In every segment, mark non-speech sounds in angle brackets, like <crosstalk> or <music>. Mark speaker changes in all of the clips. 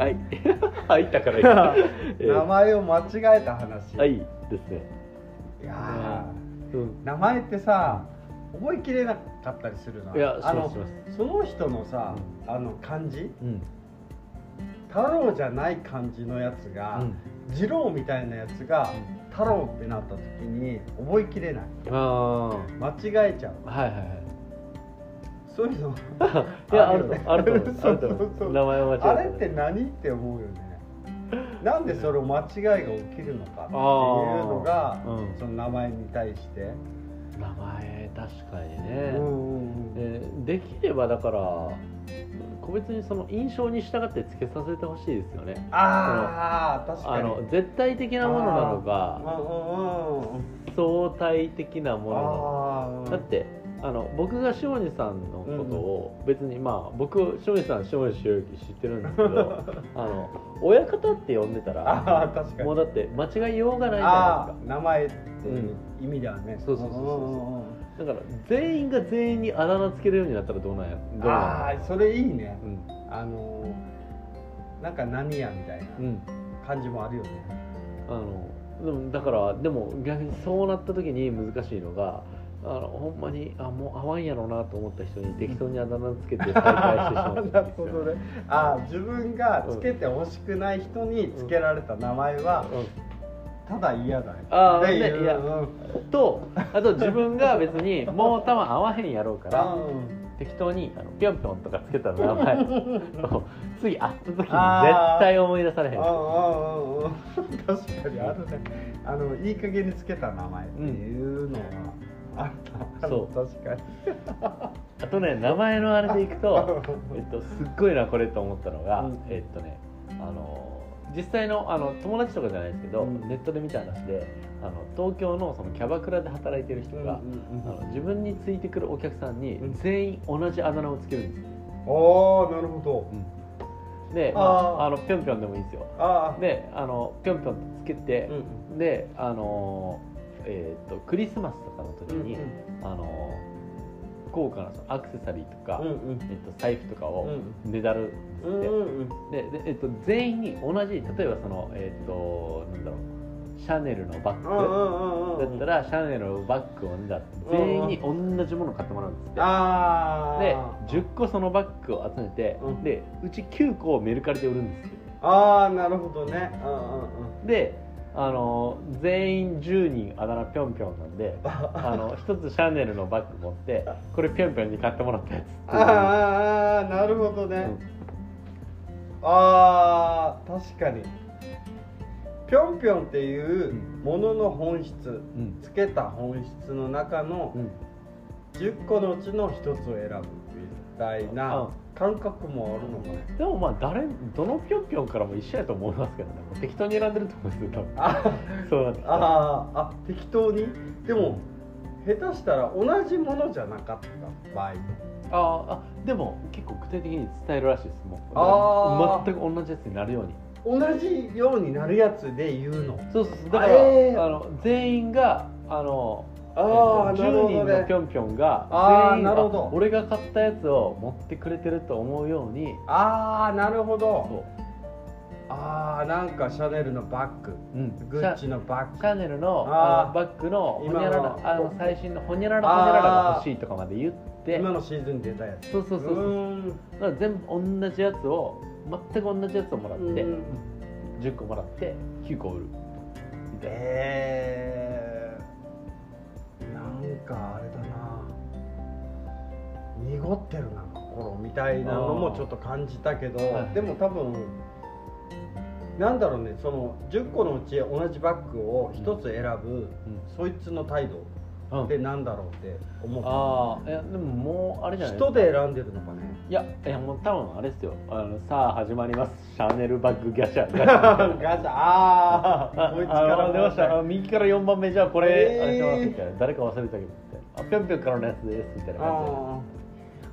Speaker 1: <laughs> 入った <laughs> から今え
Speaker 2: 名
Speaker 1: ー
Speaker 2: 前を間違えた話、
Speaker 1: はい
Speaker 2: い
Speaker 1: ですね、
Speaker 2: や
Speaker 1: うん
Speaker 2: ー名前ってさ覚えきれなかったりするない
Speaker 1: やし
Speaker 2: あ
Speaker 1: ま
Speaker 2: の
Speaker 1: すします
Speaker 2: その人のさあの漢字
Speaker 1: うん
Speaker 2: 太郎じゃない漢字のやつが、次郎みたいなやつが太郎ってなった時に覚えきれない
Speaker 1: うん、あ
Speaker 2: 間違えちゃう
Speaker 1: あはいはいはい
Speaker 2: そういうの
Speaker 1: <laughs> いやあるとあると思い <laughs> ます
Speaker 2: そうそうそう
Speaker 1: 名前を間違えた
Speaker 2: あれって何って思うよねなんでそれを間違いが起きるのかっていうのが、
Speaker 1: うん
Speaker 2: その名前に対して、
Speaker 1: 名前確かに
Speaker 2: う
Speaker 1: ね、
Speaker 2: んうんうん
Speaker 1: えーできればだから個別にその印象に従ってつけさせてほしいですよね
Speaker 2: ああ確か
Speaker 1: あ
Speaker 2: に
Speaker 1: の絶対的なものなのか
Speaker 2: うんうんうん
Speaker 1: 相対的なものなのか
Speaker 2: あー
Speaker 1: だってあの僕が塩見さんのことを別に、まあ僕塩見さん塩見し之知ってるんですけ
Speaker 2: <laughs>
Speaker 1: どあの親方って呼んでたら
Speaker 2: あー確か
Speaker 1: もう
Speaker 2: に
Speaker 1: だって間違いようがないじゃな
Speaker 2: あ
Speaker 1: い
Speaker 2: ー名前っていう意味ではね、
Speaker 1: んそうそうそうそうそうん
Speaker 2: んん
Speaker 1: ですかだから全員が全員にあだ名つけるようになったらどうなんやどうなん
Speaker 2: あ
Speaker 1: や
Speaker 2: あそれいいね
Speaker 1: うん
Speaker 2: あのーなんか何やみたい
Speaker 1: うん
Speaker 2: な感じもあるよね、
Speaker 1: あのでもだからでも逆にそうなった時に難しいのがあのほんまにあもう合わんやろなと思った人に適当にあだ名つけて再会してしまうん
Speaker 2: <laughs>
Speaker 1: で
Speaker 2: なる
Speaker 1: す
Speaker 2: ほ
Speaker 1: よ
Speaker 2: どねあー自分がつけてほしくない人につけられた名前
Speaker 1: う
Speaker 2: は
Speaker 1: ん
Speaker 2: ただ嫌だよ
Speaker 1: あー
Speaker 2: っていう
Speaker 1: ねいや
Speaker 2: うん
Speaker 1: とあと自分が別
Speaker 2: <laughs>
Speaker 1: にもう多分合わへんやろうから
Speaker 2: うん
Speaker 1: 適当にあのピョンピョンとかつけた名
Speaker 2: <laughs>
Speaker 1: 前を次会った時に絶
Speaker 2: あー
Speaker 1: 対思い出されへん
Speaker 2: うんうんうんうん確かにあるねあのいい加減につけた名前っていうのはあった、
Speaker 1: そう
Speaker 2: 確かに
Speaker 1: あとね名前のあれでいく
Speaker 2: <laughs>
Speaker 1: と、えっと、すっごいなこれと思ったのが、
Speaker 2: うん
Speaker 1: えっとねあの実際のあの友達とかじゃないですけど、
Speaker 2: うん
Speaker 1: ネットで見た話であの東京のそのキャバクラで働いてる人
Speaker 2: うん
Speaker 1: が、あの自分についてくるお客さんに全員同じあだ名をつけるんですよ、
Speaker 2: ああなるほど
Speaker 1: で、ま
Speaker 2: あー
Speaker 1: あ、あのぴょんぴょんでもいいですよ
Speaker 2: ああ
Speaker 1: であのぴょんぴょんとつけて、であのーえーっとクリスマスとかの時に、あのー高価なそのアクセサリーとか、えっと、財布とかをねだるんですって、ででえっと、全員に同じ例えばそのえっとなんだろうシャネルのバッグだったら、シャネルのバッグをねだって全員に同じものを買ってもらうんですって、
Speaker 2: ああ
Speaker 1: で10個そのバッグを集めて、
Speaker 2: うん
Speaker 1: でうち9個をメルカリで売るんですよ
Speaker 2: ああなるほどねうんうんうん
Speaker 1: であの全員10人あだ名ぴょんぴょんなん
Speaker 2: <laughs>
Speaker 1: であの一つシャネルのバッグ持ってこれぴょんぴょんに買ってもらったやつっていう
Speaker 2: <laughs> あーあーなるほどね、あー確かにぴょんぴょんっていうものの本質
Speaker 1: うん
Speaker 2: つけた本質の中の
Speaker 1: うん
Speaker 2: 10個のうちの1つを選ぶみたいな感覚もあるのかね
Speaker 1: でもまあ誰どのぴょんぴょんからも一緒やと思いますけどねもう適当に選んでると思うんですよ多分
Speaker 2: あ
Speaker 1: <laughs> そうなってきたら
Speaker 2: あーあ適当にでも下手したら同じものじゃなかった場合も
Speaker 1: あーあでも結構具体的に伝えるらしいですもう
Speaker 2: あー
Speaker 1: 全く同じやつになるように
Speaker 2: 同じようになるやつで言うの
Speaker 1: そうそうそうだからあ、
Speaker 2: あえー
Speaker 1: の全員があの
Speaker 2: ああなる
Speaker 1: 10
Speaker 2: ほ
Speaker 1: 人
Speaker 2: ど
Speaker 1: の
Speaker 2: ね
Speaker 1: ぴょんぴょんが
Speaker 2: あー
Speaker 1: 全員
Speaker 2: なるほど
Speaker 1: あ俺が買ったやつを持ってくれてると思うように
Speaker 2: ああなるほど
Speaker 1: そ
Speaker 2: あーなんかシャネルのバッグ
Speaker 1: う、うん、
Speaker 2: グッチのバッ
Speaker 1: シ
Speaker 2: グ
Speaker 1: ャネルの
Speaker 2: あー
Speaker 1: あのバッグのほにゃらら
Speaker 2: 今の
Speaker 1: あの最新のほにゃららほにゃららが欲しいとかまで言って
Speaker 2: 今のシーズンに出たやつ
Speaker 1: そうそうそうそう
Speaker 2: ーん
Speaker 1: だから全部同じやつを全く同じやつをもらって
Speaker 2: うん
Speaker 1: 10個もらって9個売るみたいな
Speaker 2: えー、なんかあれだな濁ってるな心みたいなのもちょっと感じたけど、
Speaker 1: はい
Speaker 2: でも多分なんだろうねその10個のうち同じバッグを1つ選ぶ、そいつの態度
Speaker 1: うん、
Speaker 2: ってなんだろうって思う、
Speaker 1: ああいやでももうあれじゃない
Speaker 2: 人で選んでるのかね
Speaker 1: <laughs> いやいやもう多分あれですよあのさあ始まりますシャネルバッグガチャガチャ
Speaker 2: ガチャ
Speaker 1: あ
Speaker 2: ああこいつから
Speaker 1: あ出ましたあの右から4番目じゃあこれ、
Speaker 2: えー
Speaker 1: あれしますみたいな誰か忘れたけどみたいなあぴょんぴょんからのやつですみたいな感
Speaker 2: ああ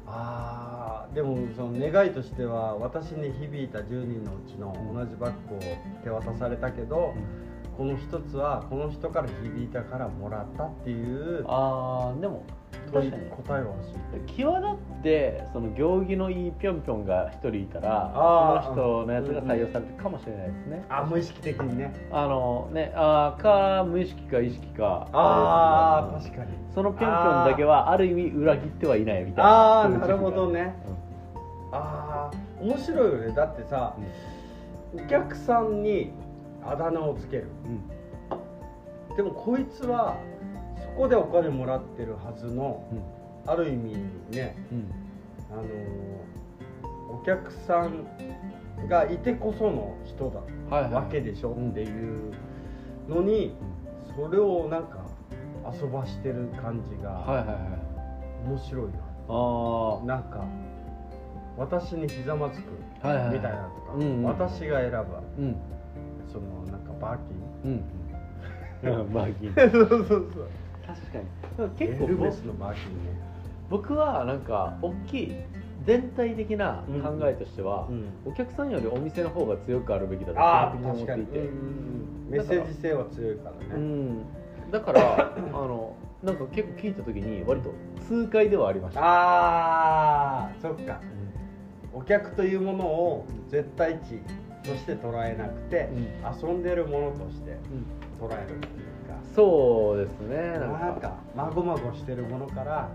Speaker 2: ああでもその願いとしては私に響いた10人のうちの同じバッグを手渡されたけど、
Speaker 1: じで
Speaker 2: この一つはこの人から響いたからもらったっていう
Speaker 1: あーでも
Speaker 2: 問い
Speaker 1: 確かに
Speaker 2: 答えは欲しい
Speaker 1: 際立ってその行儀のいいぴょんぴょんが一人いたら
Speaker 2: あー
Speaker 1: その人のやつが採用されてるかもしれないですね、
Speaker 2: あ無意識的にね
Speaker 1: あのねあーか無意識か意識か
Speaker 2: ああ
Speaker 1: に
Speaker 2: 確かに
Speaker 1: そのぴょんぴょんだけはある意味裏切ってはいないみたいな
Speaker 2: ああ
Speaker 1: そういう
Speaker 2: な
Speaker 1: 時期が
Speaker 2: るほどねああ面白いよねだってさお客さんにあだ名をつける
Speaker 1: うんうん
Speaker 2: でもこいつはそこでお金もらってるはずの
Speaker 1: うん
Speaker 2: ある意味ね
Speaker 1: うん
Speaker 2: あのーお客さんがいてこその人
Speaker 1: はいは
Speaker 2: だ
Speaker 1: い
Speaker 2: わけでしょっていうのに
Speaker 1: うん
Speaker 2: それをなんか遊ばしてる感じ
Speaker 1: はい
Speaker 2: が
Speaker 1: はいはい
Speaker 2: 面白いな、
Speaker 1: ああは
Speaker 2: なんか私にひざまずく
Speaker 1: いはいは
Speaker 2: みたいなとか、
Speaker 1: うんうん
Speaker 2: 私が選ぶ
Speaker 1: うん
Speaker 2: そのなんかバー
Speaker 1: <laughs> う
Speaker 2: キ
Speaker 1: ん
Speaker 2: <laughs>
Speaker 1: うんバーキン
Speaker 2: ンそうそうそう
Speaker 1: 確かに
Speaker 2: 結
Speaker 1: 結
Speaker 2: 構
Speaker 1: 構
Speaker 2: エル
Speaker 1: ぼ
Speaker 2: メスのバーキンね、
Speaker 1: 僕はなんか大きい全体的な考えとしては、お客さんよりお店の方が強くあるべきだと基
Speaker 2: ああ
Speaker 1: 本的
Speaker 2: 確
Speaker 1: に思
Speaker 2: か
Speaker 1: って
Speaker 2: に
Speaker 1: いて
Speaker 2: メッセージ性は強いから
Speaker 1: う
Speaker 2: ね、
Speaker 1: んだからあのなんか結構聞いた時に割と痛快ではありました
Speaker 2: ああそっか
Speaker 1: うん
Speaker 2: お客というものを絶対値として捉えなくて、遊んでるものとして
Speaker 1: うん
Speaker 2: 捉えるっていうか
Speaker 1: そうですねな
Speaker 2: なん
Speaker 1: ん
Speaker 2: か
Speaker 1: か
Speaker 2: まごまごしてるものから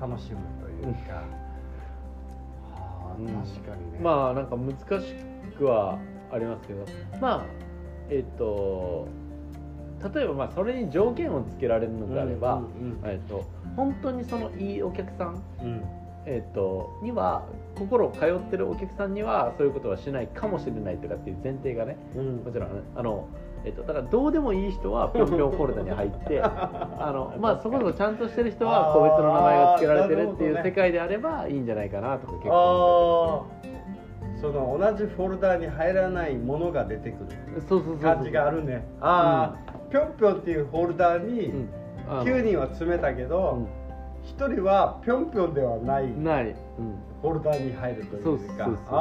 Speaker 2: 楽しむというか、あ
Speaker 1: うん
Speaker 2: ー確かにね、
Speaker 1: まあなんか難しくはありますけどまあえっと例えばまあそれに条件をつけられるのであれば、
Speaker 2: うん
Speaker 1: えっと本当にそのいいお客さん
Speaker 2: うんうん
Speaker 1: えっとには心通ってるお客さんにはそういうことはしないかもしれないとかっていう前提がね
Speaker 2: うん
Speaker 1: もちろんあの、えっとだからどうでもいい人はぴょんぴょんフォルダに入ってあ
Speaker 2: <laughs>
Speaker 1: の、まあ、そこそこちゃんとしてる人は個別の名前が付けられてるってい
Speaker 2: あーなるほど
Speaker 1: う
Speaker 2: ね
Speaker 1: 世界であればいいんじゃないかなとか結構
Speaker 2: ああその同じフォルダに入らないものが出てくる
Speaker 1: そうそうそうそう
Speaker 2: 感じがあるねああぴょんぴょんっていうフォルダ
Speaker 1: う
Speaker 2: に
Speaker 1: んあの
Speaker 2: 9人は詰めたけど1人はぴょんぴょんではない
Speaker 1: うんない、うん
Speaker 2: フォルダに入るとい
Speaker 1: そううそう
Speaker 2: か
Speaker 1: そう
Speaker 2: あ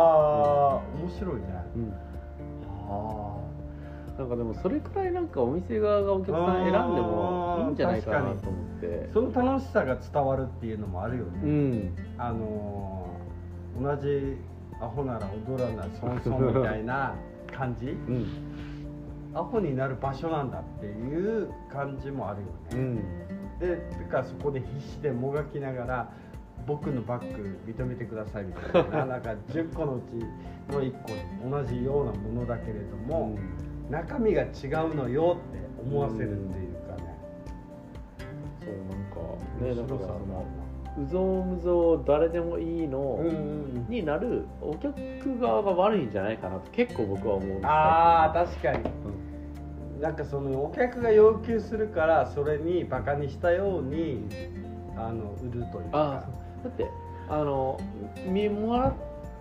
Speaker 2: あ面白いね
Speaker 1: うん、
Speaker 2: あ
Speaker 1: なんかでもそれくらいなんかお店側がお客さん選んでもいいんじゃないかなと思って
Speaker 2: あその楽しさが伝わるっていうのもあるよ
Speaker 1: う
Speaker 2: ね
Speaker 1: ん
Speaker 2: あのー同じアホなら踊らないそんそんみたいな感じ
Speaker 1: <laughs> うん
Speaker 2: アホになる場所なんだっていう感じもあるよ
Speaker 1: う
Speaker 2: ね、
Speaker 1: ん
Speaker 2: でてかそこで必死でもがきながら僕のバッグ認めてくださいみた
Speaker 1: <laughs>
Speaker 2: いななんか10個のうちの1個同じようなものだけれども、中身が違うのよって思わせるっていうかね、
Speaker 1: そうなんかねだから
Speaker 2: 面白さ
Speaker 1: そ
Speaker 2: も
Speaker 1: の
Speaker 2: あ
Speaker 1: うぞうむぞう誰でもいいの、
Speaker 2: るなうん
Speaker 1: になるお客側が悪いんじゃないかなと結構僕は思うんです
Speaker 2: あ
Speaker 1: あ
Speaker 2: ー確かになんかそのお客が要求するからそれにバカにしたようにあの売るという
Speaker 1: あ
Speaker 2: か
Speaker 1: ーだってあのみもらっ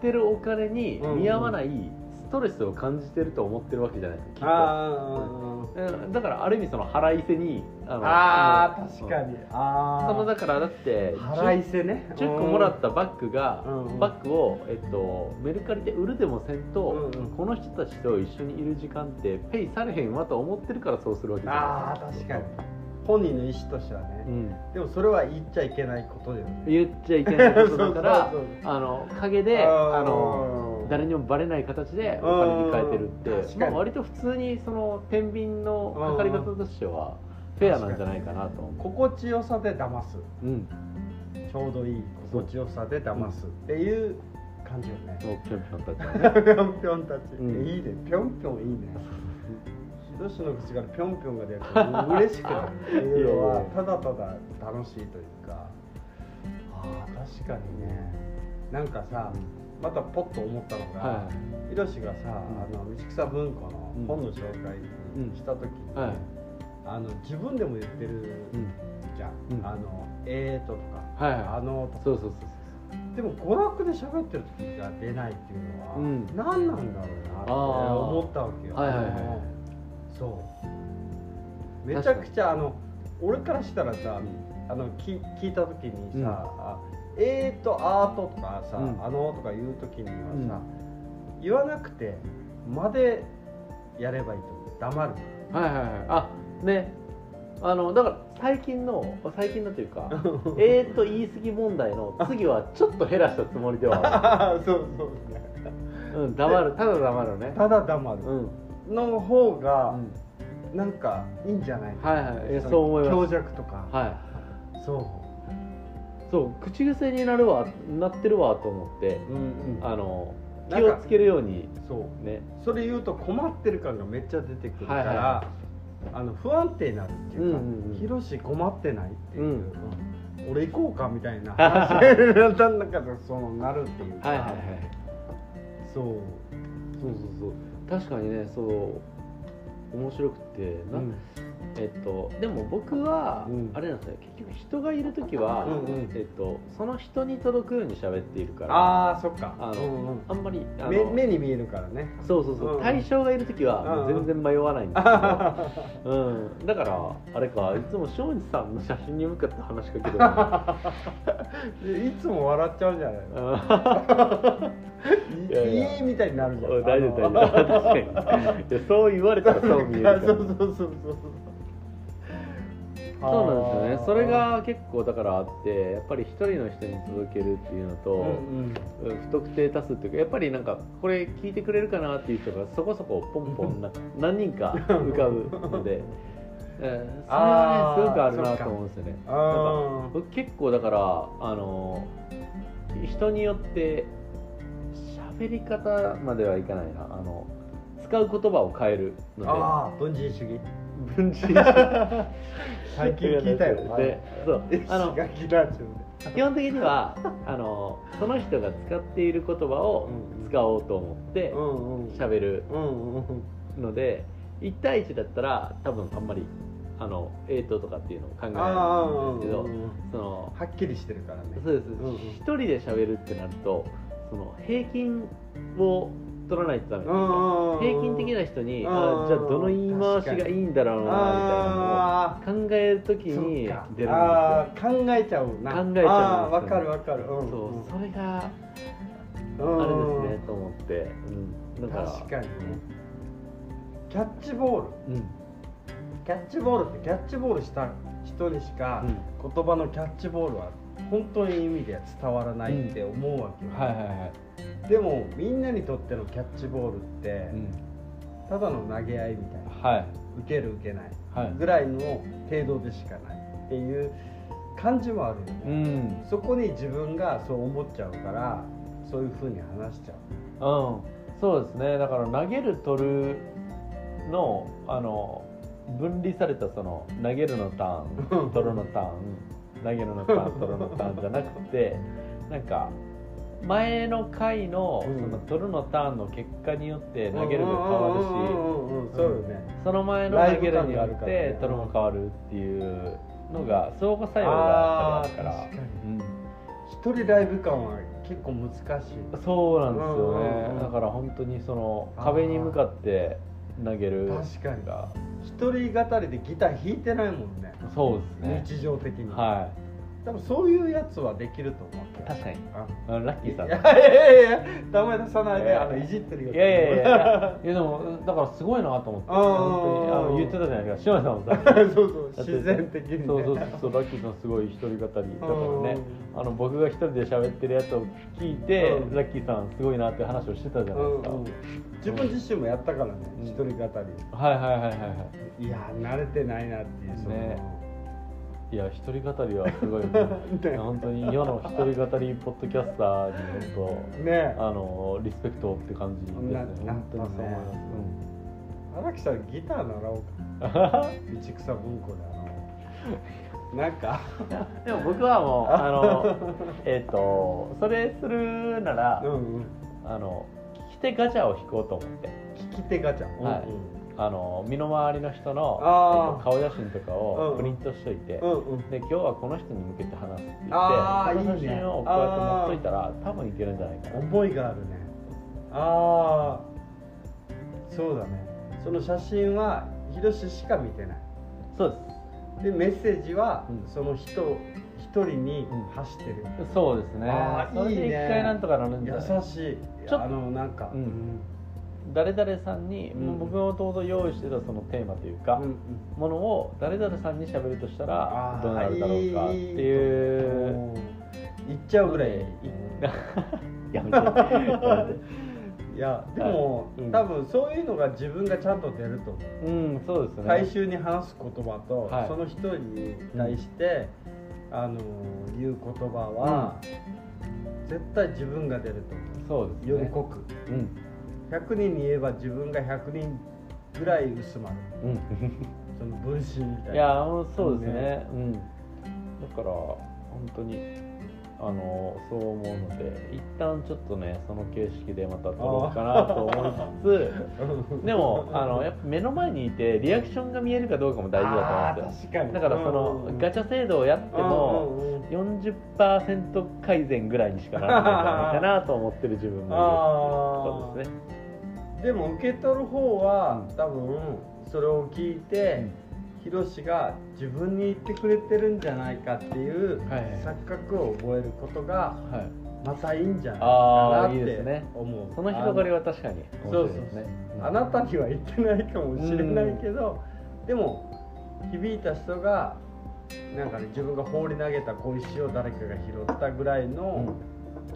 Speaker 1: てるお金に
Speaker 2: うんうん
Speaker 1: 見合わないストレスを感じてると思ってるわけじゃないですか、
Speaker 2: あ
Speaker 1: き
Speaker 2: ー
Speaker 1: っとうんだからある意味その腹いせにあ
Speaker 2: あ
Speaker 1: あの
Speaker 2: ー確かにあ
Speaker 1: そ
Speaker 2: あ
Speaker 1: のだからだって
Speaker 2: 腹い
Speaker 1: 10
Speaker 2: せね
Speaker 1: 10個もらったバッグが、
Speaker 2: うんうん
Speaker 1: バッグを、えっと、メルカリで売るでもせんと、
Speaker 2: うんうん
Speaker 1: この人たちと一緒にいる時間ってペイされへんわと思ってるからそうするわけじ
Speaker 2: あ
Speaker 1: ゃ
Speaker 2: あ
Speaker 1: ないです
Speaker 2: 確かに本人の意思としては
Speaker 1: う
Speaker 2: ね、
Speaker 1: ん
Speaker 2: でもそれは言っちゃいけないことだよね
Speaker 1: 言っちゃいけないことだから
Speaker 2: <laughs> そうそう
Speaker 1: あの陰であの
Speaker 2: うん
Speaker 1: 誰にもバレない形でお金に変えてる
Speaker 2: うん
Speaker 1: っ
Speaker 2: 確か
Speaker 1: て、
Speaker 2: に
Speaker 1: まあ、割と普通にその天秤のかかり方としてはフェアなんじゃないかなと思
Speaker 2: 心地よさで騙す
Speaker 1: う、うん、
Speaker 2: ちょうどいい心地よさで騙すっていう感じよね
Speaker 1: そうぴょんぴょんたちはね
Speaker 2: ぴょんぴょんたち、
Speaker 1: うん
Speaker 2: いいねぴょんぴょんいいね広ロの口からぴょんぴょんが出る
Speaker 1: <laughs>
Speaker 2: と嬉しくなるっていうの
Speaker 1: いや
Speaker 2: は
Speaker 1: いや
Speaker 2: ただただ楽しいというかあー確かにねなんかさまたポッと思ったのが、
Speaker 1: は
Speaker 2: ひろしがさ、
Speaker 1: う
Speaker 2: あの道草文庫の
Speaker 1: うん
Speaker 2: 本の紹介した時に、
Speaker 1: いはい、
Speaker 2: あの自分でも言ってる
Speaker 1: うん、
Speaker 2: じゃん、
Speaker 1: うん
Speaker 2: あの「えーと」とか
Speaker 1: はい
Speaker 2: 「あ
Speaker 1: は
Speaker 2: の」と
Speaker 1: い
Speaker 2: か
Speaker 1: そうそうそうそう
Speaker 2: でも娯楽で喋ってる時が出ないっていうのは、
Speaker 1: うん
Speaker 2: 何なんだろうなって思ったわけよ、
Speaker 1: あーはいはいはい
Speaker 2: あのそうめちゃくちゃあの俺からしたらさ、あの聞聞いた時にさ「
Speaker 1: うん
Speaker 2: あえーとあーと」とかさ「
Speaker 1: うん
Speaker 2: あの」とか言う時に
Speaker 1: <laughs>
Speaker 2: はさ、言わなくてまでやればいいと思う黙る
Speaker 1: はいはいはいあねあのだから最近の最近のという <laughs> かえーと言い過ぎ問題の次はちょっと減らしたつもりではあ
Speaker 2: そうそうですね
Speaker 1: る、うん、黙るただ黙るね
Speaker 2: ただ黙
Speaker 1: う
Speaker 2: る
Speaker 1: ん、
Speaker 2: の方
Speaker 1: う
Speaker 2: が
Speaker 1: ん、
Speaker 2: なんかいいんじゃない
Speaker 1: はいはいいやそう思いま
Speaker 2: 強
Speaker 1: す
Speaker 2: 弱とか
Speaker 1: は
Speaker 2: そ
Speaker 1: いそう口癖になるわなってるわと思って
Speaker 2: ううんうん
Speaker 1: あの
Speaker 2: な
Speaker 1: 気
Speaker 2: ん
Speaker 1: を
Speaker 2: か
Speaker 1: つけるように
Speaker 2: そう
Speaker 1: ね
Speaker 2: それ言うと困ってる感がめっちゃ出てくるから、
Speaker 1: はいはいは
Speaker 2: あの不安定になるっていうか
Speaker 1: うんうんうん
Speaker 2: 「ヒロシ困ってない?」っていう、
Speaker 1: うん
Speaker 2: うん俺行こうか」みたいな話に <laughs> なった中でそのなるっていうか
Speaker 1: はいはいはい
Speaker 2: そう、
Speaker 1: そうそうそう確かにねそう面白くてな、
Speaker 2: うん
Speaker 1: えっと、でも僕は、
Speaker 2: うん
Speaker 1: あれなんですよ結局人がいる時は、
Speaker 2: うんうん
Speaker 1: えっと、その人に届くように喋っているからあ
Speaker 2: ああそっか
Speaker 1: あの
Speaker 2: うんうん
Speaker 1: んまりあの
Speaker 2: 目目に見えるか
Speaker 1: <laughs>
Speaker 2: らね
Speaker 1: そうそうそう、
Speaker 2: うん
Speaker 1: 対象がいる時は
Speaker 2: うんうん
Speaker 1: 全然迷わないんですけ
Speaker 2: <laughs>
Speaker 1: ど、うん、だからあれかいつも庄司さんの写真に向かって話しかけてる
Speaker 2: <laughs>
Speaker 1: な
Speaker 2: でいつも笑っちゃうじゃない
Speaker 1: うん <laughs> いやいや
Speaker 2: いいみたいになるじゃん
Speaker 1: 大丈夫大丈夫確かにいやそう言われたらそう見えるから
Speaker 2: 夫そうそうそうそう
Speaker 1: そうなんですよ
Speaker 2: あ
Speaker 1: ね
Speaker 2: ー
Speaker 1: それが結構だからあってやっぱり一人の人に届けるっていうのと、
Speaker 2: うんうん
Speaker 1: 不特定多数っていうかやっぱりなんかこれ聞いてくれるかなっていう人がそこそこポンポンな何人か浮かぶので、えーそれは
Speaker 2: あー
Speaker 1: ねすごくあるな
Speaker 2: そっか
Speaker 1: と思うんですよね
Speaker 2: あー
Speaker 1: 僕結構だからあの人によって喋り方まではいかないなあの使う言葉を変えるの
Speaker 2: あー分人主義
Speaker 1: で分
Speaker 2: <laughs>
Speaker 1: 人して
Speaker 2: 最近聞いたよ
Speaker 1: でそうあの
Speaker 2: がキラーチ
Speaker 1: 基本的にはあのその人が使っている言葉を使おうと思って
Speaker 2: うんうん
Speaker 1: 喋る
Speaker 2: うんうんうん
Speaker 1: ので1対1だったら多分あんまりあのえーととかっていうのを考えない
Speaker 2: ああうん
Speaker 1: けど
Speaker 2: うんうん
Speaker 1: その
Speaker 2: はっきりしてるからね
Speaker 1: そうです
Speaker 2: うんうん
Speaker 1: 一人で喋るってなるとその平均を取らないとダメ
Speaker 2: うんうんうん
Speaker 1: 平均的な人に
Speaker 2: うんうんう
Speaker 1: あ
Speaker 2: ん
Speaker 1: じゃあどの言い回しがいいんだろうなみたい
Speaker 2: あ
Speaker 1: なのを考える時
Speaker 2: ー
Speaker 1: に出るんです
Speaker 2: そっか
Speaker 1: よ
Speaker 2: あー考えちゃうな
Speaker 1: 考えちゃうんですよ
Speaker 2: あーわかるわかるうん
Speaker 1: そうそれが
Speaker 2: うん
Speaker 1: あれです
Speaker 2: うん
Speaker 1: ねと思って、うん、だから
Speaker 2: 確かにねキャッチボール
Speaker 1: うん、うん
Speaker 2: キャッチボールってキャッチボールした人にしか言葉のキャッチボールは本当に意味で伝わらないって思うわけよ、
Speaker 1: はいはいはい、
Speaker 2: でもみんなにとってのキャッチボールって、
Speaker 1: うん、
Speaker 2: ただの投げ合いみたいな
Speaker 1: はい
Speaker 2: 受ける受けない
Speaker 1: はい
Speaker 2: ぐらいの程度でしかないっていう感じもあるよ
Speaker 1: う
Speaker 2: ね、
Speaker 1: ん
Speaker 2: そこに自分がそう思っちゃうからそういうふうに話しちゃ
Speaker 1: うん、そうですねだから投げる取るのあの分離されたその投げるのタ
Speaker 2: <laughs>
Speaker 1: ーン取るのターン投げるのターン取るのターンじゃなくてなんか前の回の
Speaker 2: うん
Speaker 1: その取るのターンの結果によって
Speaker 2: う
Speaker 1: 投げるが変
Speaker 2: うんう
Speaker 1: わるし
Speaker 2: んうんうんそうよね、
Speaker 1: その前の
Speaker 2: ライ
Speaker 1: 投
Speaker 2: ブ
Speaker 1: げる
Speaker 2: 感
Speaker 1: に
Speaker 2: が
Speaker 1: よ
Speaker 2: あるからね
Speaker 1: って取るも変わるっていうのが相互作用がや
Speaker 2: あ
Speaker 1: っぱ
Speaker 2: ー
Speaker 1: りあるから。
Speaker 2: 確かに
Speaker 1: うん
Speaker 2: 一人ライブ感は結構難しい
Speaker 1: そうなんですよね、
Speaker 2: うんうんうん
Speaker 1: だから本当にその
Speaker 2: あー
Speaker 1: 壁に向かって投げる
Speaker 2: 確かに
Speaker 1: が
Speaker 2: 一人語りでギター弾いてないもんね
Speaker 1: そうですね
Speaker 2: 日常的に、
Speaker 1: は
Speaker 2: 多分そういうやつはできると思う
Speaker 1: い確かに
Speaker 2: あ
Speaker 1: あのラッキーさん
Speaker 2: い
Speaker 1: いや
Speaker 2: やいやいやいや名前出さない
Speaker 1: い
Speaker 2: で
Speaker 1: や
Speaker 2: あのいじってるよ
Speaker 1: いや
Speaker 2: <laughs>
Speaker 1: いやいやいやでもだからすごいなと思って
Speaker 2: あー
Speaker 1: 本当にあの言ってたじゃないですか島さんもさ
Speaker 2: そうそう自然的に、ね、
Speaker 1: そうそうそうラッキーさんすごい一人語りだからねあの僕が一人で喋ってるやつを聞いて、
Speaker 2: うん
Speaker 1: ラッキーさんすごいなって話をしてたじゃないですか、
Speaker 2: うんうん自分自身もやったからね、
Speaker 1: うん
Speaker 2: 一人語
Speaker 1: はいはいはいはいはい
Speaker 2: りいやー慣れてないなっていうその、
Speaker 1: ねいや一人語りはすごい本当に世の一人語りポッドキャスターに本
Speaker 2: ね
Speaker 1: 当あのリスペクトって感じですね
Speaker 2: なな
Speaker 1: 本当にそう思います、
Speaker 2: 荒木さんギター習おう
Speaker 1: <laughs>
Speaker 2: か道草文庫であのなんか
Speaker 1: うんでも僕はもうあのえっ、とそれするなら、
Speaker 2: うんうん
Speaker 1: あの聞き手ガチャを引こうと思って
Speaker 2: 聞き手ガチャ、
Speaker 1: はいあの身の回りの人の、えっ
Speaker 2: あー
Speaker 1: と顔写真とか
Speaker 2: うんう
Speaker 1: を
Speaker 2: ん
Speaker 1: プリントしといて、
Speaker 2: うんうんうん
Speaker 1: で今日はこの人に向けて話すって言って
Speaker 2: あー
Speaker 1: その写
Speaker 2: いいね
Speaker 1: 真をこうやって持っといたら多分いけるんじゃないかな
Speaker 2: 思いがあるねああそうだねその写真はひろししか見てない
Speaker 1: そうです
Speaker 2: でメッセージは
Speaker 1: うん
Speaker 2: その人一人に
Speaker 1: うん
Speaker 2: 発してる、
Speaker 1: そうですね
Speaker 2: あー
Speaker 1: それで
Speaker 2: いい
Speaker 1: 一
Speaker 2: ね
Speaker 1: 回なんとかなるんじゃない
Speaker 2: 優しい
Speaker 1: ちょっと
Speaker 2: あのなんか、
Speaker 1: うん
Speaker 2: うん
Speaker 1: 誰々さんに、
Speaker 2: うん
Speaker 1: もう僕がもともと用意してたそのテーマというか、ものを誰々さんに喋るとしたら
Speaker 2: あー
Speaker 1: どうなるだろうかっていう
Speaker 2: もう行っちゃうぐらい
Speaker 1: い <laughs> や
Speaker 2: <laughs>
Speaker 1: めてやめて
Speaker 2: いやでも、
Speaker 1: はいうん
Speaker 2: 多分そういうのが自分がちゃんと出ると思う
Speaker 1: うんそうですね
Speaker 2: 最終に話す言葉と、
Speaker 1: はい
Speaker 2: その人に対して、あの言う言葉は、絶対自分が出ると思
Speaker 1: そうです
Speaker 2: うより
Speaker 1: ね
Speaker 2: 濃く、
Speaker 1: うん
Speaker 2: 100人に言えば自分が100人ぐらい薄まる
Speaker 1: うん
Speaker 2: その分身みたいない <laughs>
Speaker 1: やもうそうですねうんだから本当にあのそう思うので一旦ちょっとねその形式でまた撮ろうかなと思いつつでもあのやっぱ目の前にいてリアクションが見えるかどうかも大事だと思うんです
Speaker 2: すよ確か
Speaker 1: よ
Speaker 2: に
Speaker 1: だからそのガチャ制度をやっても
Speaker 2: うんうんうん
Speaker 1: 40%改善ぐらいにしかならないんじゃないかなと思ってる自分も
Speaker 2: あ
Speaker 1: いるそうですね
Speaker 2: でも受け取る方は、
Speaker 1: う
Speaker 2: 多分それを聞いて、ヒロシが自分に言ってくれてるんじゃないかっていう
Speaker 1: はいはい
Speaker 2: 錯覚を覚えることが
Speaker 1: はい
Speaker 2: またいいんじゃないかな
Speaker 1: あ
Speaker 2: っ
Speaker 1: ーいいです
Speaker 2: て
Speaker 1: ね
Speaker 2: 思う
Speaker 1: その広がりは確かに面白いですね
Speaker 2: あのあなたには言ってないかもしれないけど、でも響いた人がなんかね自分が放り投げた小石を誰かが拾ったぐらいの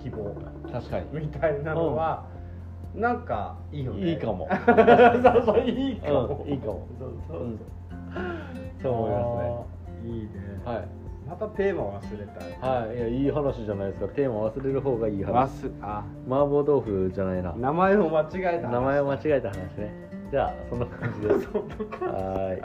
Speaker 2: 希望
Speaker 1: うん確かに
Speaker 2: みたいなのは、なんかいいよね
Speaker 1: いいかも
Speaker 2: そうそういいかも、
Speaker 1: うんいいかも
Speaker 2: そうそううん
Speaker 1: そう思
Speaker 2: いますねいいね、
Speaker 1: いますね
Speaker 2: またテーマ忘れたい
Speaker 1: はいはいいやいい話じゃないですかテーマ忘れる方がいい話
Speaker 2: すあ
Speaker 1: 麻婆豆腐じゃないな
Speaker 2: 名前を間違えた <laughs>
Speaker 1: 名前を間違えた話ねじゃあそんな感じですはーい